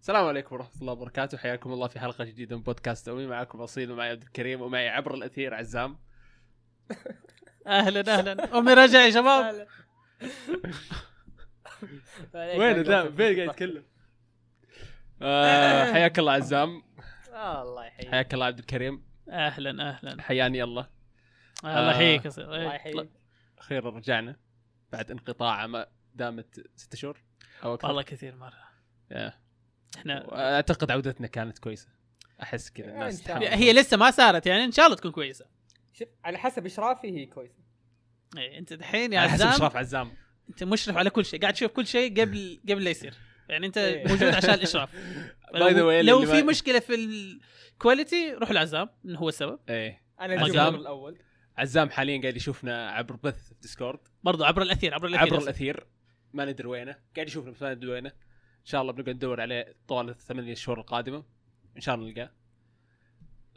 السلام عليكم ورحمة الله وبركاته حياكم الله في حلقة جديدة من بودكاست أمي معكم أصيل ومعي عبد الكريم ومعي عبر الأثير عزام اهلا اهلا امي رجع يا شباب لا، لا. وين ذا فين قاعد يتكلم آه، حياك الله عزام آه، الله يحييك حياك الله عبد الكريم اهلا احلا حياني الله آه. الله يحييك يا سيد. طيب. الله إيه. يحييك أخيرا رجعنا بعد انقطاع ما دامت ست شهور أو أكثر والله كثير مره يا. احنا أعتقد عودتنا كانت كويسة أحس إيه، كذا إن الناس شاء الله. تحاول. هي لسه ما صارت يعني ان شاء الله تكون كويسه شوف على حسب اشرافي هي كويسه إيه، انت الحين يا على حسب عزام إشراف عزام انت مشرف على كل شيء قاعد تشوف كل شيء قبل قبل لا يصير يعني انت إيه. موجود عشان الاشراف إيه. By the way، لو اللي في ما- مشكله في الكواليتي روح لعزام انه هو السبب إيه انا عزام. الجمهور الاول عزام حاليا قاعد يشوفنا عبر بث في ديسكورد برضو عبر الاثير عبر الاثير عبر أصلاً. الاثير ما ندري وينه قاعد يشوفنا بس ما ندري وينه ان شاء الله بنقعد ندور عليه طوال الثمانية شهور القادمه ان شاء الله نلقاه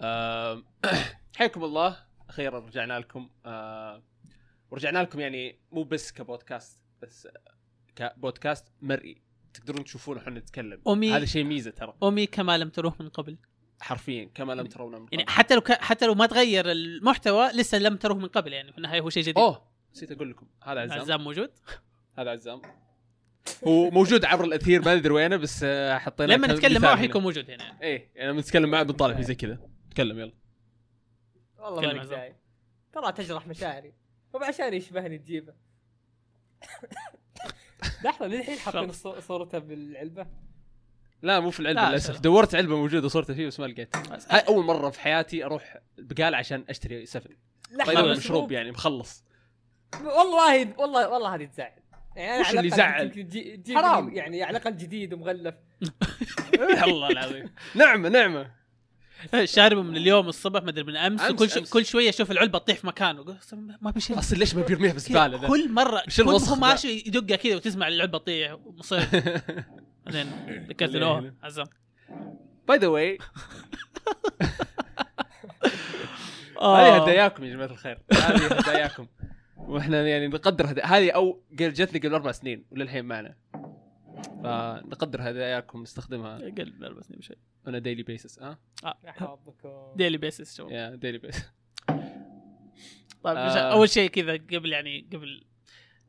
آم، حياكم الله اخيرا رجعنا لكم آم، ورجعنا لكم يعني مو بس كبودكاست بس كبودكاست مرئي تقدرون تشوفون احنا نتكلم أمي- هذا شيء ميزه ترى امي كما لم تروه من قبل حرفيا كما لم ترونا من قبل. يعني حتى لو ك... حتى لو ما تغير المحتوى لسه لم تروه من قبل يعني في النهايه هو شيء جديد اوه نسيت اقول لكم هذا عزام عزام موجود هذا عزام هو موجود عبر الاثير ما ندري وينه بس آه، حطينا لما نتكلم معه معه حيكون موجود هنا يعني. ايه يعني لما نتكلم معه بنطالع فيه زي كذا تكلم يلا والله كلمة مالك عزام. داعي ترى تجرح مشاعري وبعشان يشبهني تجيبه لحظه للحين حاطين صو- صورته بالعلبه لا مو في العلبه لا، للاسف لا. دورت علبه موجوده صورته فيه بس ما لقيت هاي اول مره في حياتي اروح بقال عشان اشتري سفن لحظه طيب مشروب يعني مخلص والله والله والله هذه تزعل يعني انا وش على اللي الأقل يزعل؟ يمكن تجي- تجيب حرام. لي يعني على الاقل جديد ومغلف والله العظيم نعمه نعمه شاربه من اليوم الصبح ما ادري من امس, أمس، وكل شو... أمس. كل شويه اشوف العلبه تطيح في مكانه أقول أصلاً ما بيشيل اصل ليش ما بيرميها بزباله ذا كل مره وش كل ما الوسخ هو ذا؟ ماشي يدقها كذا وتسمع العلبه تطيح مصير بعدين ذكرت اللي إنه أوه، هنا. عزام باي ذا واي آه. هذه هداياكم يا جماعه الخير هذه هداياكم واحنا يعني نقدر هدا... هذه او قل- جتني قبل اربع سنين وللحين معنا فنقدر هداياكم نستخدمها قل البسني بشيء on a daily basis ها حظكم ديلي بيسس شباب يا daily basis طيب آه. مش- اول شيء كذا قبل يعني قبل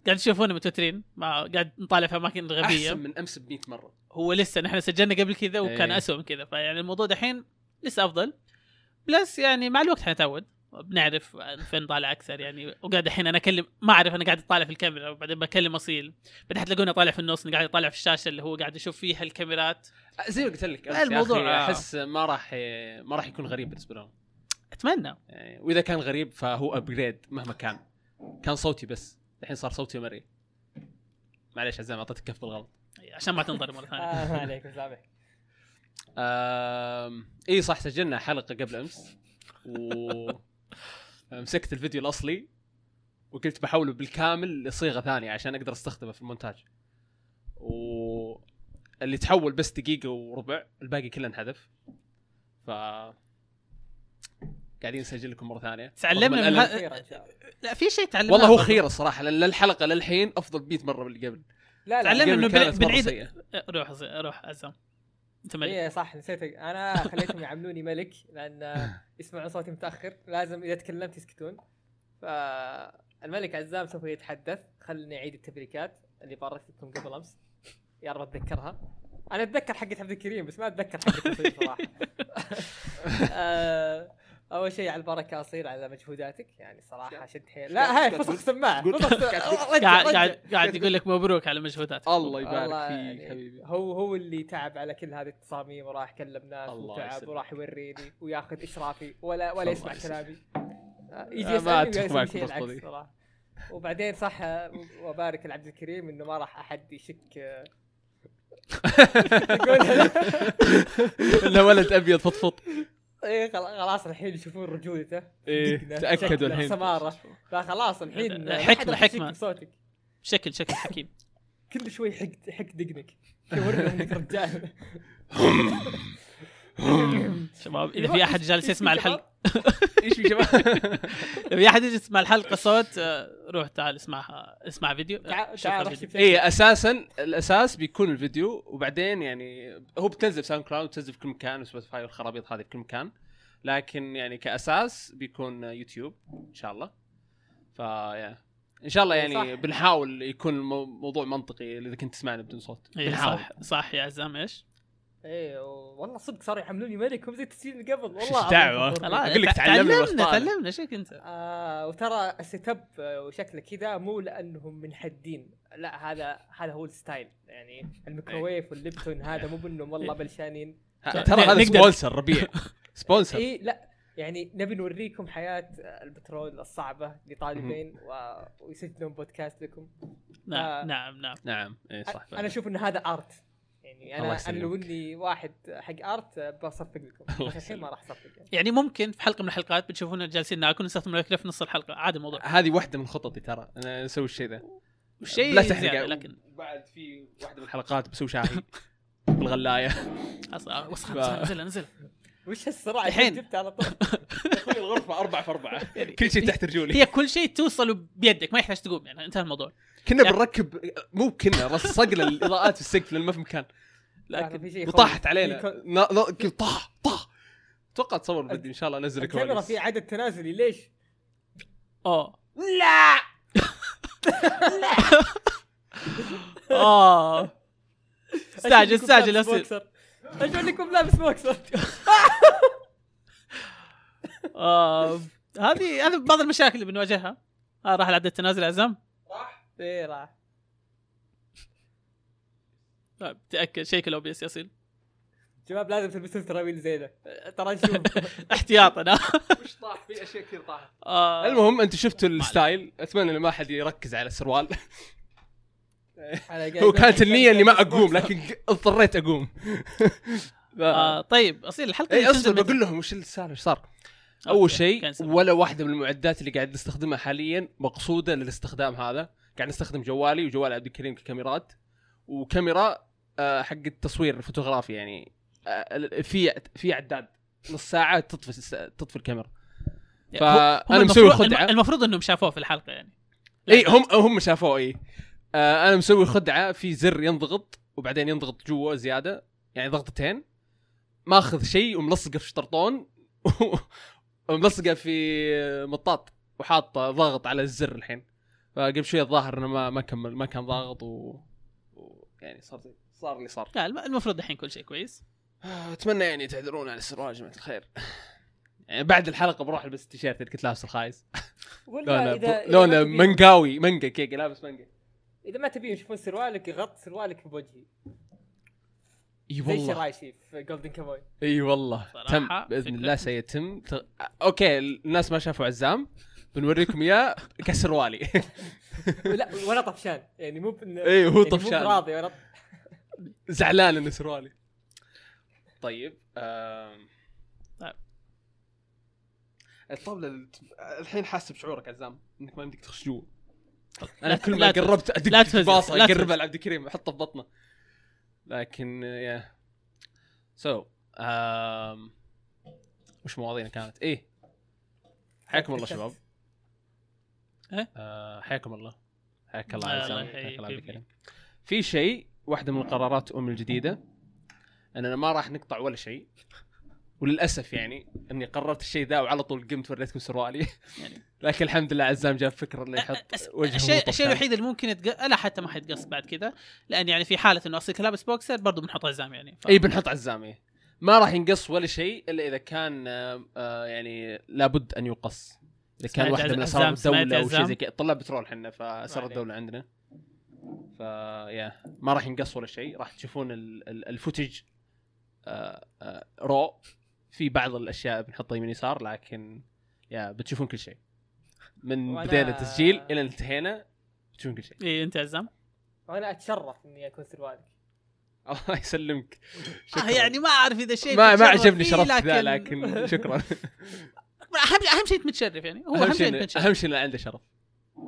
قاعد تشوفونا متوترين مع قاعد نطالع في اماكن غبيه احسن من امس ب 100 مره هو لسه نحن سجلنا قبل كذا وكان إيه. أسوأ من كذا فيعني الموضوع دحين لسه افضل بلس يعني مع الوقت حنتعود بنعرف فين طالع اكثر يعني وقاعد الحين انا اكلم ما اعرف انا قاعد اطالع في الكاميرا وبعدين بكلم اصيل بعدين حتلاقوني طالع في النص قاعد اطالع في الشاشه اللي هو قاعد يشوف فيها الكاميرات زي ما قلت لك لا، الموضوع- الموضوع آه. احس ما راح ما راح يكون غريب بالنسبه لهم اتمنى يعني واذا كان غريب فهو ابجريد مهما كان كان صوتي بس الحين صار صوتي مرئي معليش عزام اعطيتك كف بالغلط عشان ما تنضرب مره ثانيه آه، ما عليك سامح أم... اي صح سجلنا حلقه قبل امس و مسكت الفيديو الاصلي وقلت بحوله بالكامل لصيغه ثانيه عشان اقدر استخدمه في المونتاج و اللي تحول بس دقيقه وربع الباقي كله انحذف ف قاعدين نسجل لكم مره ثانيه رغم تعلمنا الألم. من ها... خير ان شاء الله لا في شيء تعلمنا والله هو خير الصراحه لان الحلقه للحين افضل بيت مره من اللي قبل لا لا تعلمنا قبل انه كانت بن- مرة بنعيد سيئة. أه، روح أصيل، روح عزام انت ملك اي إيه، صح نسيت انا خليتهم يعاملوني ملك لان آه، يسمعون صوتي متاخر لازم اذا تكلمت يسكتون فالملك عزام سوف يتحدث خلني اعيد التبريكات اللي باركت لكم قبل امس يا رب اتذكرها انا اتذكر حقت عبد الكريم بس ما اتذكر حقت أصيل صراحه آه، اول شيء على البركه اصيل على مجهوداتك يعني صراحه شد حيل لا هاي فسخ سماعه قول- فسخ قاعد قاعد قاعد يقول لك مبروك على مجهوداتك الله يبارك والله فيك يعني حبيبي هو هو اللي تعب على كل هذه التصاميم وراح كلم ناس الله وتعب يسلمك. وراح يوريني وياخذ اشرافي ولا ولا الله يسمع يسلمك. كلامي آه، ما يجي يسالني أتفق ويسوي معك في شيء النقطة العكس دي. صراحه وبعدين صح آه، وابارك لعبد الكريم انه ما راح احد يشك آه، يقول انه ولد ابيض فضفض إيه، خلا- خلاص الحين يشوفون رجولته ايه صدقنا، تاكدوا شكله الحين سماره فخلاص الحين ما حكمة- حد راح يشك حكمة. بصوتك شكل شكل حكيم كل شوي حق حق دقنك يوريهم انك رجال شباب اذا في احد جالس يسمع الحلقه ايش في شباب لو في احد يجي يسمع الحلقه صوت آه، روح تعال اسمعها اسمع فيديو آه، تعال شوفها تعال راح فيديو. تشوف شيء. اي اساسا الاساس إيه، بيكون الفيديو وبعدين يعني هو بتنزل في ساوند كلاود بتنزل في كل مكان وسبوتيفاي والخرابيط هذه في كل مكان لكن يعني كاساس بيكون يوتيوب ان شاء الله فيا ان شاء الله إيه يعني صح. بنحاول يكون المو- الموضوع منطقي اذا كنت تسمعنا بدون صوت إيه، بنحاول صح صح يا عزام ايش؟ اي إيه، والله صدق صاروا يحملوني ملك هم زي التسجيل اللي قبل إيش والله العظيم دعوة؟ فخور. خلاص. آه. أقول لك تع- تعلمنا تعلمنا وأخطأنا. تعلمنا شيك انت آه وترى السيت اب آه، وشكله كذا مو لانهم منحدين لا هذا هذا هو الستايل يعني الميكروويف والليبتون هذا مو بانهم والله إيه. بلشانين ها، ن- ترى هذا نقدر. إيه. سبونسر ربيع سبونسر اي لا يعني نبي نوريكم حياه آه، البترول الصعبه لطالبين و... ويسجلون بودكاست لكم آه. نعم نعم نعم نعم اي صح انا اشوف ان هذا ارت يعني الله انا انا يسلمك. لو اني واحد حق ارت آه، بصفق لكم الله بس الحين ما راح اصفق يعني يعني ممكن في حلقه من الحلقات بتشوفونا جالسين ناكل نستخدم الاكله في نص الحلقه عادي الموضوع هذه واحده من خططي ترى انا اسوي الشيء ذا والشيء بلا إيه، زيادة، تحرقه لكن بعد في واحده من الحلقات بسوي شاهي بالغلايه أص- آه، وسخة، ف- وسخة، نزلها نزلها وش هالسرعه الحين. الحين جبتها على طول يا اخوي الغرفه اربعه في اربعه كل شيء تحت رجولي هي كل شيء توصله بيدك ما يحتاج تقوم يعني انتهى الموضوع كنا يعني- بنركب مو كنا رصقنا الاضاءات في السقف لان ما في مكان لا، في شيء لكن يخوف. وطاحت في علينا كو- نا- نا- كيف طاح طاح اتوقع تصور الفيديو ان شاء الله انزل لكم الكاميرا ريلز. في عدد تنازلي ليش؟ اه لا اه استعجل استعجل أصير. اجل لكم لابس بوكسر آه، هذه هذه بعض المشاكل اللي بنواجهها آه، راح العدد التنازل عزام ايه راح طيب تاكد شيك الاو بي اس يصل شباب لازم تلبسون سراويل زي ذا ترى نشوف احتياطنا وش طاح في اشياء كثير طاحت آه، المهم انتم شفتوا الستايل اتمنى انه ما حد يركز على السروال أنا هو قاعد- كانت النيه اني ما لابس اقوم بوكسر. لكن اضطريت اقوم ف- آه، طيب اصيل الحلقه اي اللي تنزل اصبر متى؟ إيه، بقول لهم وش السالفه ايش صار اول أوكي، شيء كنسل. ولا واحده من المعدات اللي قاعد نستخدمها حاليا مقصوده للاستخدام هذا قاعد نستخدم جوالي وجوال عبد الكريم ككاميرات وكاميرا آه، حق التصوير الفوتوغرافي يعني آه، ال- في في عداد نص ساعه تطفي الس- تطفي الكاميرا يعني هو- هم فانا مسوي المفروض- خدعه الم- المفروض انهم شافوه في الحلقه يعني اي إيه، هم هم شافوه اي آه انا مسوي خدعه في زر ينضغط وبعدين ينضغط جوا زياده يعني ضغطتين ماخذ شيء وملصقه في شطرطون وملصقه في مطاط وحاطه ضغط على الزر الحين فقبل شوي الظاهر انه ما ما كمل ما كان ضاغط و, و... يعني صار زي- صار اللي صار لا الم- المفروض الحين كل شيء كويس آه، اتمنى يعني تعذرون على السروال يا جماعه الخير يعني بعد الحلقه بروح البس التيشيرت اللي كنت لابسه الخايس ولا لونه اذا لونه لولا من منقاوي منقا كيك لابس منقا اذا ما تبي يشوفون سروالك غط سروالك بوجهي اي زي شرايشي في جولدن كابوي اي والله صراحة تم باذن فكرة. الله سيتم ت... اوكي الناس ما شافوا عزام بنوريكم اياه كسروالي لا ولا طفشان يعني مو بن- اي إيه، هو يعني مو طفشان راضي ولا زعلان انه سروالي طيب آم... طيب. الطاوله اللي ت- الحين حاسس بشعورك عزام انك ما يمديك تخش جوا لا- انا كل لا ما تفز- قربت لا ادق تفز- باصه لا تفز. اقربها لعبد الكريم احطه في بطنه لكن آه، يا سو آم... وش مواضيعنا كانت؟ ايه حياكم الله شباب إيه؟ آه، حياكم الله حياك الله الله عزام يحييك حياك الله عبد يبني. الكريم في شيء واحده من قرارات ام الجديده اننا ما راح نقطع ولا شيء وللاسف يعني اني قررت الشيء ذا وعلى طول قمت وريتكم سروالي يعني. لكن الحمد لله عزام جاب فكره انه يحط أس- وجهه الشيء مطفشان. الشيء الوحيد اللي ممكن يتق... لا حتى ما حيتقص بعد كذا لان يعني في حاله انه اصير لابس بوكسر برضو بنحط عزام يعني ف... اي بنحط عزام إيه. ما راح ينقص ولا شيء الا اذا كان آه، آه، يعني لابد ان ينقص اذا كان سمعت واحده عز- من اسرار عزام- سمعت الدوله او شيء عزام؟ زي كذا طلع بترول احنا فاسرار عليك. الدوله عندنا ف يا ما راح ينقص ولا شيء راح تشوفون ال- ال- الفوتج آه، آه، رو في بعض الاشياء بنحطها يمين يسار لكن يا بتشوفون كل شيء من وأنا- بدينا التسجيل الى انتهينا بتشوفون كل شيء اي انت عزام وانا اتشرف اني اكون سروالك الله يسلمك آه يعني ما اعرف اذا شيء ما ما بتشرف عجبني فيه، شرفت ذا لكن شكرا اهم اهم شيء متشرف يعني هو اهم اهم شيء شيء إن- متشرف اهم شيء انه عنده شرف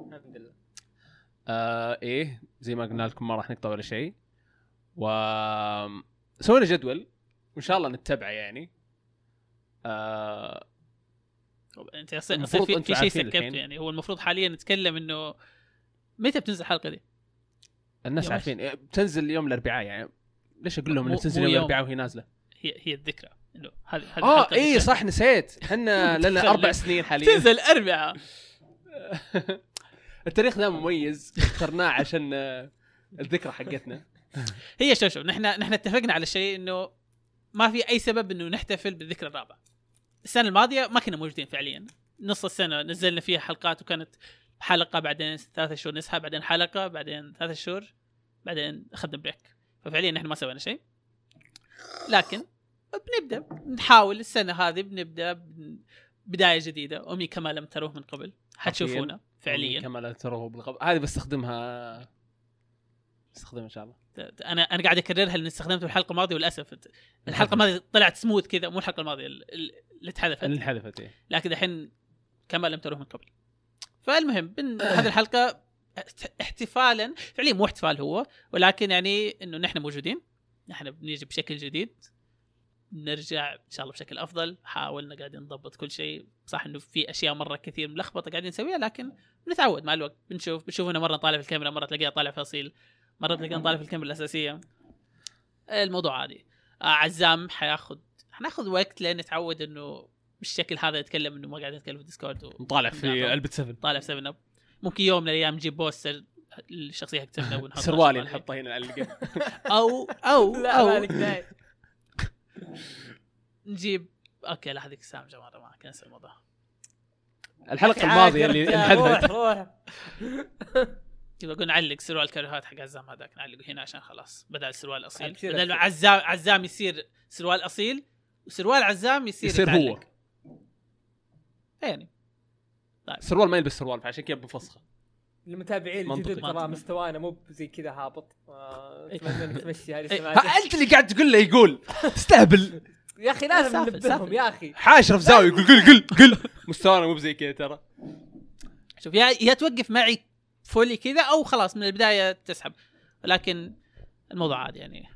الحمد لله آه ايه زي ما قلنا لكم ما راح نقطع ولا شيء و سوينا جدول وان شاء الله نتبعه يعني آه انت اصلا المفروض في, أنتوا في شيء عارفين سكبته الحين. يعني هو المفروض حاليا نتكلم انه متى بتنزل الحلقه دي؟ الناس يوم إيش؟ عارفين إيه، بتنزل يوم الاربعاء يعني ليش اقول لهم انه مو- تنزل مو يوم يوم. الاربعاء وهي نازله هي هي الذكرى انه هذه هذه اه الحلقة اي بتنزل- صح نسيت احنا لنا اربع تخلي. سنين حاليا بتنزل الاربعاء التاريخ ذا مميز اخترناه عشان آه، الذكرى حقتنا هي شوف شوف نحن نحن اتفقنا على شيء انه ما في اي سبب انه نحتفل بالذكرى الرابعه. السنه الماضيه ما كنا موجودين فعليا. نص السنه نزلنا فيها حلقات وكانت حلقه بعدين ثلاثة شهور نسحة بعدين حلقه بعدين ثلاثة شهور بعدين اخذنا بريك. ففعليا نحن ما سوينا شيء. لكن بنبدا نحاول السنه هذه بنبدا ب- بدايه جديده امي كما لم تروه من قبل حتشوفونا فعليا كما لا تروه بالغب هذه بستخدمها استخدمها ان شاء الله انا انا قاعد اكررها لان استخدمته الحلقه الماضيه وللاسف الحلقه الماضيه طلعت سموث كذا مو الحلقه الماضيه ال- ال- اللي اللي تحذفت انحذفت إيه. لكن الحين كما لم تروه من قبل فالمهم بن هذه الحلقه احت- احتفالا فعليا مو احتفال هو ولكن يعني انه نحن موجودين نحن بنيجي بشكل جديد نرجع ان شاء الله بشكل افضل حاولنا قاعدين نضبط كل شيء صح انه في اشياء مره كثير ملخبطه قاعدين نسويها لكن بنتعود مع الوقت بنشوف بنشوف انه مره طالع في الكاميرا مره تلاقيها طالع في اصيل مره تلاقيها طالع في الكاميرا الاساسيه الموضوع عادي آه، عزام حياخذ حناخذ وقت لين نتعود انه بالشكل هذا نتكلم انه ما قاعد نتكلم في الديسكورد و... نطالع في نعم. علبه 7 طالع في 7 اب ممكن يوم من الايام نجيب بوستر الشخصيه حق 7 اب ونحطه سروالي على الشمال. نحطه هنا نعلقه او او لا او مالك داعي نجيب اوكي لا هذيك سامجه مره ما كنسل الموضوع الحلقه الماضيه اللي انحذفت روح روح يبقى قلنا نعلق سروال الكرهات حق عزام هذاك نعلقه هنا عشان خلاص بدل السروال الاصيل أكثر- بدل ما أكثر. عزام عزام يصير سروال اصيل وسروال عزام يصير يصير يتعلق. هو يعني سروال ما يلبس سروال فعشان كذا بفسخه المتابعين منطقي. الجدد ترى منطقي. مستوانا مو زي كذا هابط آه، اتمنى انك تمشي هذه إيه. السماجة. انت اللي قاعد تقول له يقول استهبل إيه. يا اخي لازم سافل، ننبههم سافل. يا اخي حاشر في زاويه يقول قل قل قل مستوانا مو بزي كذا ترى شوف يا يا توقف معي فولي كذا او خلاص من البدايه تسحب لكن الموضوع عادي يعني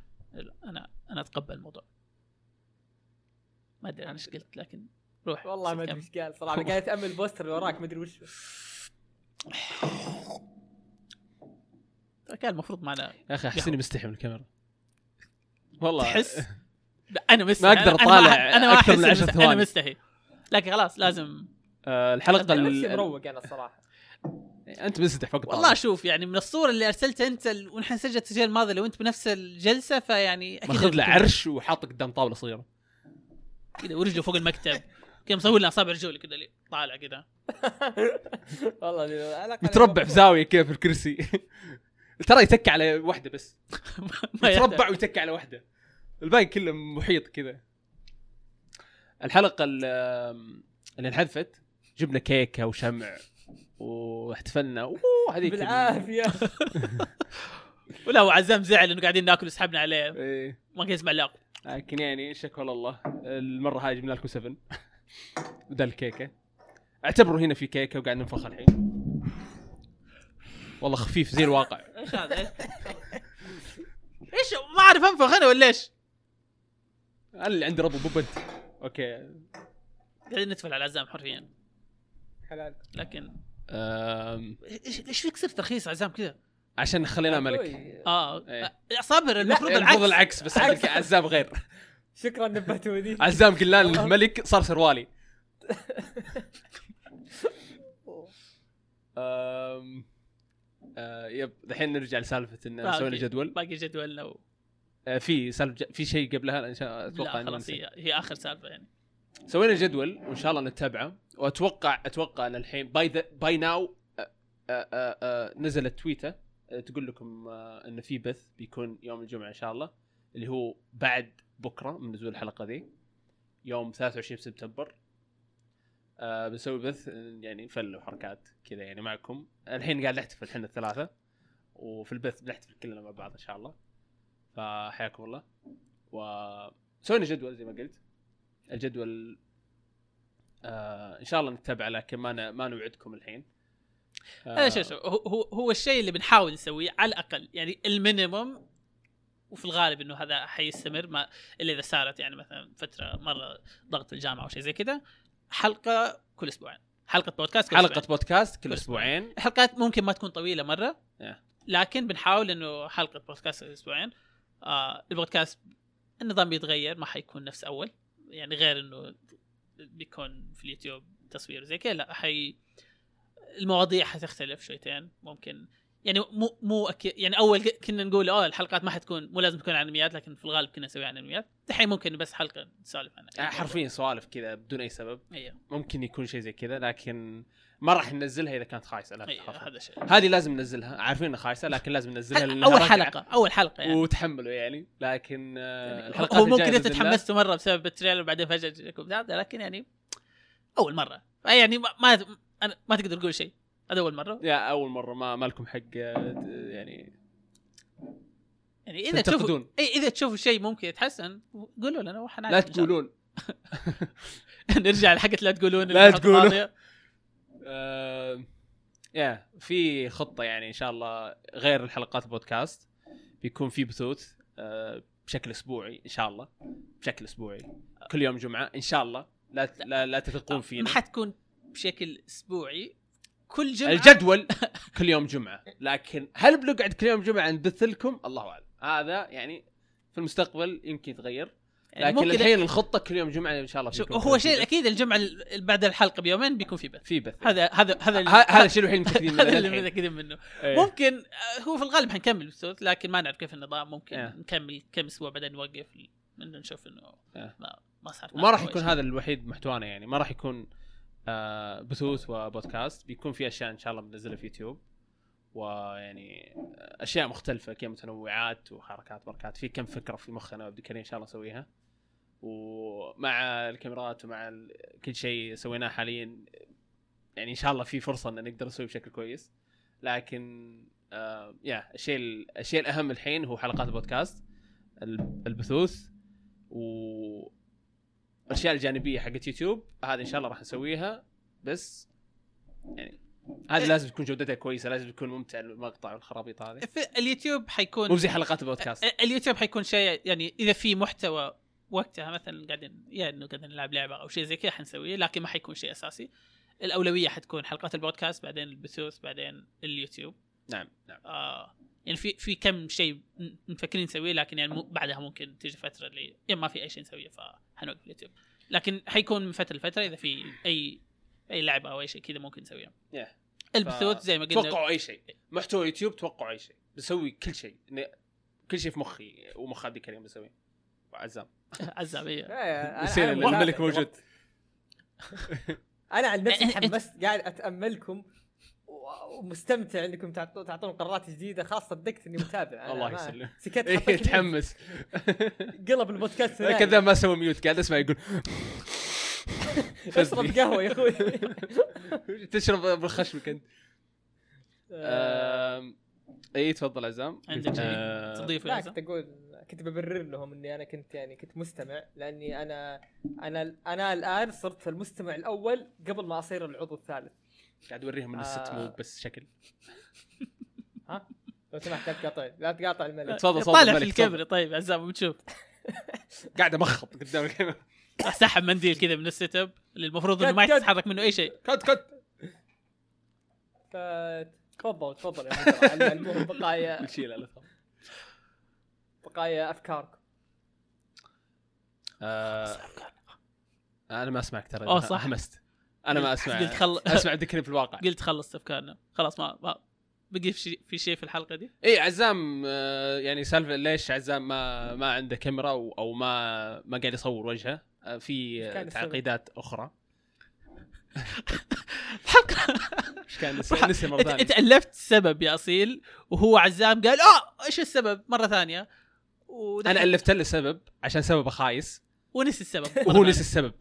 انا انا اتقبل الموضوع ما ادري انا ايش قلت لكن روح والله شوف ما ادري كم. ايش قال صراحه أنا قاعد اتامل البوستر اللي وراك ما ادري وش هو. ترى كان المفروض معنا يا اخي احس اني مستحي من الكاميرا والله تحس لا، انا مستحي ما أقدر أنا- أنا أطالع أنا ما أكثر من أحس إني عشر مستحي. ثواني. انا مستحي لكن خلاص لازم آه أنا الحلقه نفسي ال... مروق انا الصراحه انت مستحي فوق الطاولة. والله شوف يعني من الصوره اللي ارسلتها انت ال- ونحن سجلت التسجيل الماضي لو انت بنفس الجلسه فيعني اكيد ماخذ له بتكون- عرش وحاطه قدام طاوله صغيره كذا ورجله فوق المكتب كذا مسوي لنا اصابع رجولي كذا اللي طالع كذا والله دي- على الأقل متربع في زاويه كذا في الكرسي ترى يتك على واحده بس ما يحتاج. يتربع ويتك على واحده الباقي كله محيط كذا الحلقه ال- اللي انحذفت جبنا كيكه وشمع واحتفلنا اوه هذيك ال- بالعافيه ولا وعزام زعل انه قاعدين ناكل وسحبنا عليه ايه ما كان يسمع لا لكن يعني شكوى لله المره هاي جبنا لكم 7 بدل الكيكه اعتبروا هنا في كيكه وقاعد ننفخ الحين والله خفيف زي الواقع ايش هذا ايش ما اعرف انفخ انا ولا ايش أنا اللي عندي ربو بوب انت اوكي قاعدين نتفل على عزام حرفيا حلال لكن أم... ايش ايش فيك صرت رخيص عزام كذا آه، عشان خلينا ملك أخوي، اه إيه. آه، صابر المفروض العكس المفروض العكس بس عندك عزام غير شكرا نبهتوني عزام قلنا الملك صار سروالي أم... أه يب الحين نرجع لسالفه ان آه، سوينا أوكي. جدول باقي جدولنا و... أه في سالفه ج- في شيء قبلها ان شاء الله اتوقع لا إني خلاص ننسى. هي هي اخر سالفه يعني سوينا جدول وان شاء الله نتبعه واتوقع اتوقع ان الحين باي ذا باي ناو أه، نزلت تويته آه، تقول لكم آه، ان في بث بيكون يوم الجمعه ان شاء الله اللي هو بعد بكره من نزول الحلقه ذي يوم 23 سبتمبر آه بنسوي بث آه، يعني فل وحركات كذا يعني معكم الحين قاعد نحتفل احنا الثلاثه وفي البث بنحتفل كلنا مع بعض ان شاء الله فحياكم الله وسوينا جدول زي ما قلت الجدول آه ان شاء الله نتبعه لكن ما ن- ما نوعدكم الحين آه. انا شوف شوف إيه، هو هو- هو الشيء اللي بنحاول نسويه على الاقل يعني المينيموم وفي الغالب انه هذا حيستمر ما الا اذا صارت يعني مثلا فتره مره ضغط الجامعه او شيء زي كذا حلقه كل اسبوعين حلقه بودكاست كل حلقه أسبوعين. آه، بودكاست كل كل اسبوعين الحلقات ممكن ما تكون طويله مره إيه. لكن بنحاول انه حلقه بودكاست اسبوعين آه البودكاست النظام بيتغير ما حيكون نفس اول يعني غير انه بيكون في اليوتيوب تصوير زي كذا لا حي المواضيع حتختلف شويتين ممكن يعني مو مو أكي... يعني اول كنا نقول اه الحلقات ما حتكون مو لازم تكون عن انميات لكن في الغالب كنا نسوي عن انميات دحين ممكن بس حلقه نسولف عنها آه، حرفيا سوالف كذا بدون اي سبب ايوه ممكن يكون شيء زي كذا لكن ما راح ننزلها اذا كانت خايسه لا ايوه تخافوا هذا شيء هذه لازم ننزلها عارفين انها خايسه لكن لازم ننزلها لأنها اول راجعة حلقه اول حلقه يعني وتحملوا يعني لكن آه، الحلقات هو ممكن الجاية انت بإذن الله- تحمست مره بسبب التريلر وبعدين فجاه جاكم هذا لكن يعني اول مره يعني ما ما, أنا ما تقدر تقول شيء هذا اول مره يا اول مره ما, ما لكم حق آه، يعني يعني اذا تشوفوا تنتقدون اي اذا تشوفوا شيء ممكن يتحسن قولوا لنا وحنا لا تقولون نرجع لحقة لا تقولون لا الحلقة تقولون. الماضية. آه، يا في خطه يعني ان شاء الله غير الحلقات البودكاست بيكون في بثوث آه، بشكل اسبوعي ان شاء الله بشكل اسبوعي كل يوم جمعه ان شاء الله لا ت- لا, لا تثقون ما فينا حتكون بشكل اسبوعي كل جمعه الجدول كل يوم جمعه لكن هل بنقعد كل يوم جمعه نبث لكم الله اعلم هذا يعني في المستقبل يمكن يتغير يعني لكن ممكن الحين الخطه كل يوم جمعه ان شاء الله شوف بيكون هو في شيء بث. اكيد الجمعه ال- بعد الحلقه بيومين بيكون في بث في بث هذا هذا هذا اللي- ه- هذا الشيء الوحيد المتاكدين منه هذا اللي للحين. متاكدين منه إيه. ممكن آه، هو في الغالب حنكمل بثوث لكن ما نعرف كيف النظام ممكن إيه. نكمل كم اسبوع بعدين نوقف لأنه نشوف انه إيه. ما, ما صار وما راح يكون هذا الوحيد محتوانا يعني ما راح يكون آه بثوث وبودكاست بيكون في اشياء ان شاء الله بننزلها في يوتيوب ويعني آه، اشياء مختلفه كذا متنوعات وحركات بركات في كم فكره في مخنا وعبد الكريم ان شاء الله نسويها ومع الكاميرات ومع ال- كل شيء سويناه حاليا يعني ان شاء الله في فرصه ان نقدر نسوي بشكل كويس لكن آه يا الشيء ال- الشيء الاهم الحين هو حلقات البودكاست ال- البثوث و الاشياء الجانبيه حقت يوتيوب هذه ان شاء الله راح نسويها بس يعني هذه إيه. لازم تكون جودتها كويسه لازم تكون ممتع المقطع والخرابيط هذه في اليوتيوب مو حيكون زي حلقات البودكاست آه، اليوتيوب حيكون شيء يعني اذا في محتوى وقتها مثلا قاعدين يا انه قاعدين نلعب لعبه او شيء زي كذا حنسويه لكن ما حيكون شيء اساسي الاولويه حتكون حلقات البودكاست بعدين البثوث بعدين اليوتيوب نعم نعم آه يعني في في كم شيء م- مفكرين نسويه لكن يعني مو بعدها ممكن تيجي فتره اللي يعني ما في اي شيء نسويه فحنوقف اليوتيوب لكن حيكون من فتره لفتره اذا في اي اي لعبه او اي شيء كذا ممكن نسويه Yeah. البثوث زي ما قلنا توقعوا اي شيء محتوى يوتيوب توقعوا اي شيء بسوي كل شيء ن- كل شيء في مخي ومخ عبد الكريم بسويه وعزام عزاميه لا يا- إيه، أنا- يصير أنا الملك متابع. موجود. انا عن نفسي أنت- تحمست قاعد اتاملكم و- ومستمتع انكم تعطو- تعطون قرارات جديده خلاص صدقت اني متابع أنا الله ما- يسلم. سكت إيه، حطيت ميوت. تحمس قلب البودكاست ثنائي. كذا ما سوى ميوت قاعد اسمع يقول اشرب قهوه يا اخوي تشرب بالخشمك انت آه، آم، اي تفضل عزام عندك شيء آه، تضيفه يا لا عزام؟ كنت اقول كنت ببرر لهم اني انا كنت يعني كنت مستمع لاني انا انا انا الان صرت المستمع الاول قبل ما اصير العضو الثالث قاعد اوريهم من الست آه. مو بس شكل لو سمحت لا تقاطع لا تقاطع الملك تفضل، تفضل طالع في الملك، الكاميرا طيب عزام بتشوف قاعد امخط قدام الكاميرا راح سحب منديل كذا من السيت اب اللي المفروض انه ما جد، جد. يتحرك منه اي شيء كت كت ف- تفضل تفضل يا مدير، على المهم بقايا نشيل على طول. بقايا افكاركم آه، انا آه، ما اسمعك ترى أوه، صح. حمست انا ما اسمع قلت خل- اسمع عبد الكريم في الواقع قلت خلصت افكارنا خلاص ما, ما بقي في شيء في, شيء في الحلقه دي اي عزام آه، يعني سالفه ليش عزام ما ما عنده كاميرا و- او ما ما قاعد يصور وجهه آه، في إيش كان آه، السبب؟ تعقيدات اخرى الحلقه ايش كان نسي- نسي مره أنت- ثانيه انت الفت سبب يا اصيل وهو عزام قال اه ايش السبب مره ثانيه ودحين- انا الفت له سبب عشان سبب خايس ونسي السبب وهو نسي السبب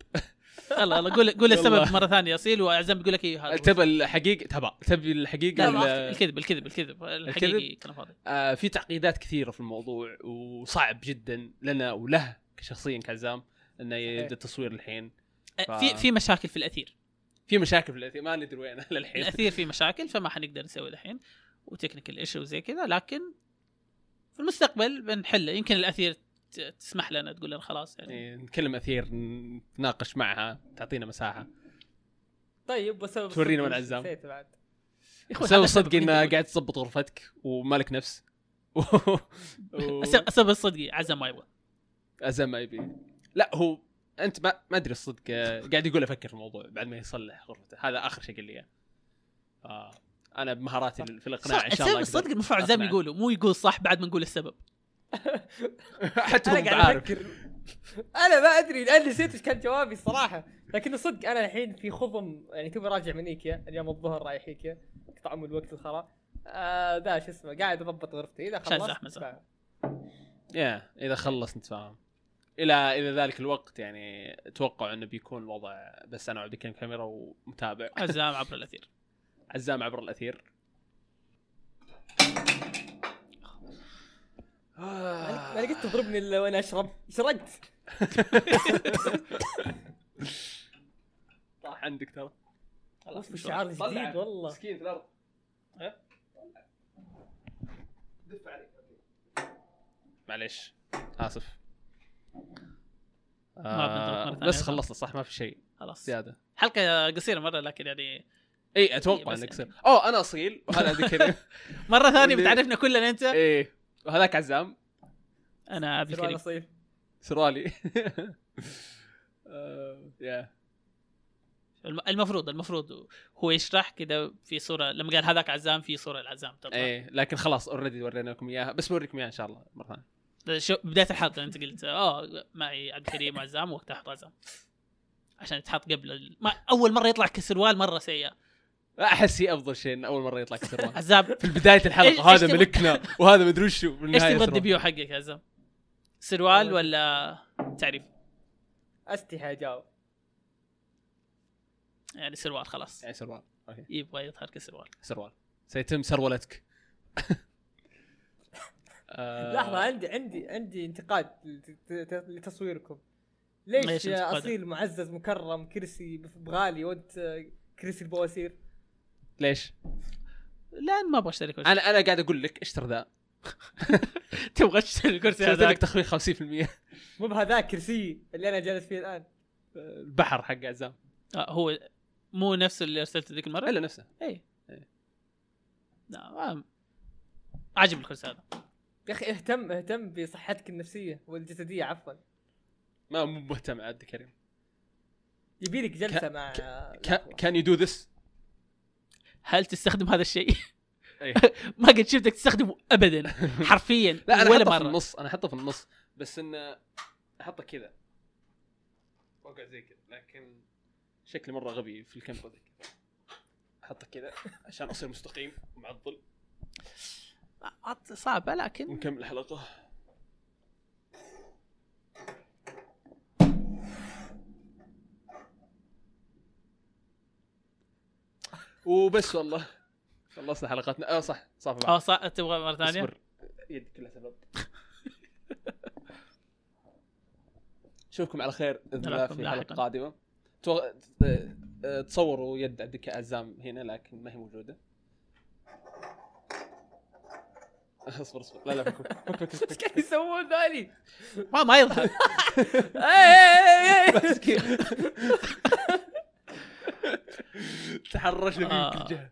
يلا يلا قول قول السبب والله. مره ثانيه يا اصيل وعزام بيقول لك ايه هذا هو. تبى الحقيقه تبى تبي الحقيقه لا، ال- لا، الكذب الكذب الكذب الحقيقي كلام فاضي آه، في تعقيدات كثيره في الموضوع وصعب جدا لنا وله كشخصيا كعزام انه صحيح. يبدا التصوير الحين آه، ف- في في مشاكل في الاثير في مشاكل في الأثير، ما ندري وين للحين الاثير فيه مشاكل فما حنقدر نسوي الحين وتكنيكال ايشو وزي كذا لكن في المستقبل بنحله يمكن الاثير ت- تسمح لنا تقول لنا خلاص يعني إيه، نكلم اثير نتناقش معها تعطينا مساحه طيب وسبب تورينا صدق وين عزام. نسيت بعد يا أخوي، سبب هذا صدقي أنت انه تقول. قاعد تظبط غرفتك ومالك نفس و... و... السبب- السبب الصدقي عزم ما يبغى ازم ما يبي لا هو انت ما ما ادري الصدق آه، قاعد يقول افكر في الموضوع بعد ما يصلح غرفته هذا اخر شيء قال لي اياه آه، انا بمهاراتي في الاقناع ان شاء السبب الله الصدقي أقدر المفروض عزام أقنعه. يقوله مو يقول صح بعد ما نقول السبب حتى هو انا قاعد عارف افكر انا ما ادري انا نسيت ايش كان جوابي الصراحه لكن صدق انا الحين في خضم يعني توي راجع من ايكيا اليوم الظهر رايح ايكيا قطع من الوقت الخرا آه ده شو اسمه قاعد اضبط غرفتي اذا عشان خلصت زحمة، زحمة. يا اذا خلص نتفاهم الى الى ذلك الوقت يعني اتوقع انه بيكون الوضع بس انا وعبد الكريم كاميرا ومتابع عزام عبر الاثير عزام عبر الاثير آه. ما لقيت تضربني الا وانا اشرب شرقت طاح آه، عندك ترى وصف الشعار جديد والله مسكين في الارض ها؟ دف عليك معليش اسف بنطرق آه مرة ثانية بس صح؟ خلصنا صح ما في شيء خلاص زياده حلقه قصيره مره لكن يعني اي إي، اتوقع بس انك صير يعني. اوه انا اصيل وهذا عبد الكريم مره واللي- ثانيه بتعرفنا كلنا انت ايه وهذاك عزام انا عبد سروال الكريم اصيل سرالي آه، يا الم- المفروض المفروض هو يشرح كذا في صوره لما قال هذاك عزام في صوره العزام تطلع ايه لكن خلاص اوريدي وريناكم اياها بس بوريكم اياها ان شاء الله مره ثانيه ده شو بدايه الحلقه انت قلت اه معي عبد الكريم وعزام وقتها احط عزام عشان يتحط قبل ال... ما اول مره يطلع كسروال مره سيئه احس هي افضل شيء إن اول مره يطلع كسروان عزام في بدايه إيش- الحلقه هذا إيش تبغى- ملكنا وهذا مدري وشو ايش بالنهاية تبغى سروال. الدبيو حقك يا عزام؟ سروال ولا تعريف؟ استحي اجاوب يعني سروال خلاص يعني سروال اوكي يبغى يظهر كسروال سروال سيتم سرولتك آه، لحظه عندي عندي عندي انتقاد لت- ت- لتصويركم ليش إيش يا انتقادك؟ اصيل معزز مكرم كرسي بغالي وانت آه، كرسي البواسير ليش؟ لان ما ابغى اشتري كرسي انا انا قاعد اقول لك اشتر ذا تبغى اشتري الكرسي سويت لك هذاك تخفيض 50% مو بهذاك كرسي اللي انا جالس فيه الان البحر حق عزام آه هو مو نفس اللي ارسلته ذيك المره الا نفسه اي إيه. لا ما- عجب الكرسي هذا يا اخي اهتم اهتم بصحتك النفسيه والجسديه عفوا ما مو مهتم عبد الكريم يبي لك جلسه ك- مع كا- كان يو دو ذس هل تستخدم هذا الشيء؟ إيه. ما قد شفتك تستخدمه ابدا حرفيا لا انا ولا احطه في مره النص انا احطه في النص بس انه احطه كذا وقع زي كذا لكن شكلي مره غبي في الكاميرا ذيك احطه كذا عشان اصير مستقيم ومعضل عط- صعبه لكن ونكمل الحلقه وبس والله خلصنا حلقتنا اه صح صافي بعد. اه صع... تبغى مره ثانيه؟ اصبر يدك كلها سبب نشوفكم على خير باذن الله نراكم في حلقه لاحقاً. قادمه تو... ت- أه، تصوروا يد عندك عزام هنا لكن ما هي موجوده اصبر اصبر لا لا فكوا. فك فك ايش فك قاعد يسوون ذولي؟ ما ما يظهر إيه، إيه، إيه، إيه. مسكين تحرشنا من آه. كل جهه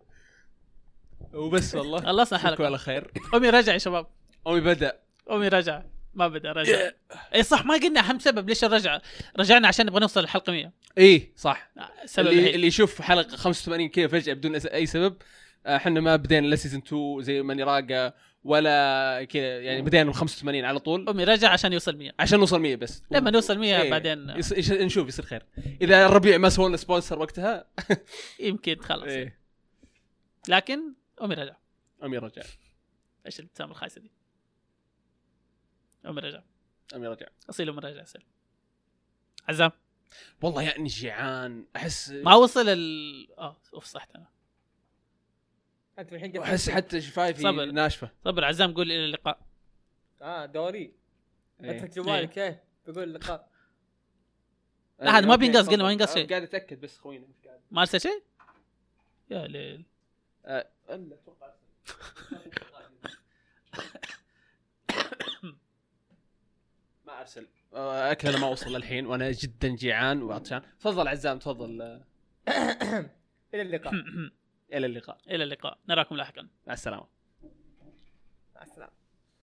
وبس والله خلصنا نشوفكم الحلقه على خير امي رجع يا شباب امي بدا امي رجع ما بدا رجع اي صح ما قلنا اهم سبب ليش الرجعه رجعنا عشان نبغى نوصل للحلقه 100 ايه صح السبب اللي, الوحيد اللي يشوف حلقه 85 كذا فجاه بدون أس- اي سبب آه، احنا ما بدينا لا سيزون 2 زي ماني راقه ولا كذا يعني بدينا من 85 على طول امي رجع عشان يوصل 100 عشان نوصل 100 بس لما نوصل 100 إيه. بعدين يص- يش- نشوف يصير خير اذا الربيع ما سوى لنا سبونسر وقتها يمكن خلاص ايه لكن امي رجع امير رجع ايش الابتسامه الخايسه دي؟ امي رجع امير رجع اصيل امي رجع اصيل عزام والله يعني جيعان احس ما وصل ال اه اوف صحت انا انت الحين قاعد احس حتى شفايفي صبر. ناشفه صبر عزام قول الى اللقاء اه دوري إيه. اترك جوالك ايه بقول لقاء لا، هذا ما أوكي، بينقص، قلنا ما تفضل. ينقص شيء. أنا قاعد اتاكد بس خوينا مش قاعد ما ارسل شيء؟ يا ليل آه، الا اتوقع ما ارسل آه، اكل انا ما وصل الحين وانا جدا جيعان وعطشان تفضل عزام تفضل آه، الى اللقاء الى اللقاء الى اللقاء نراكم لاحقا مع السلامه مع السلامه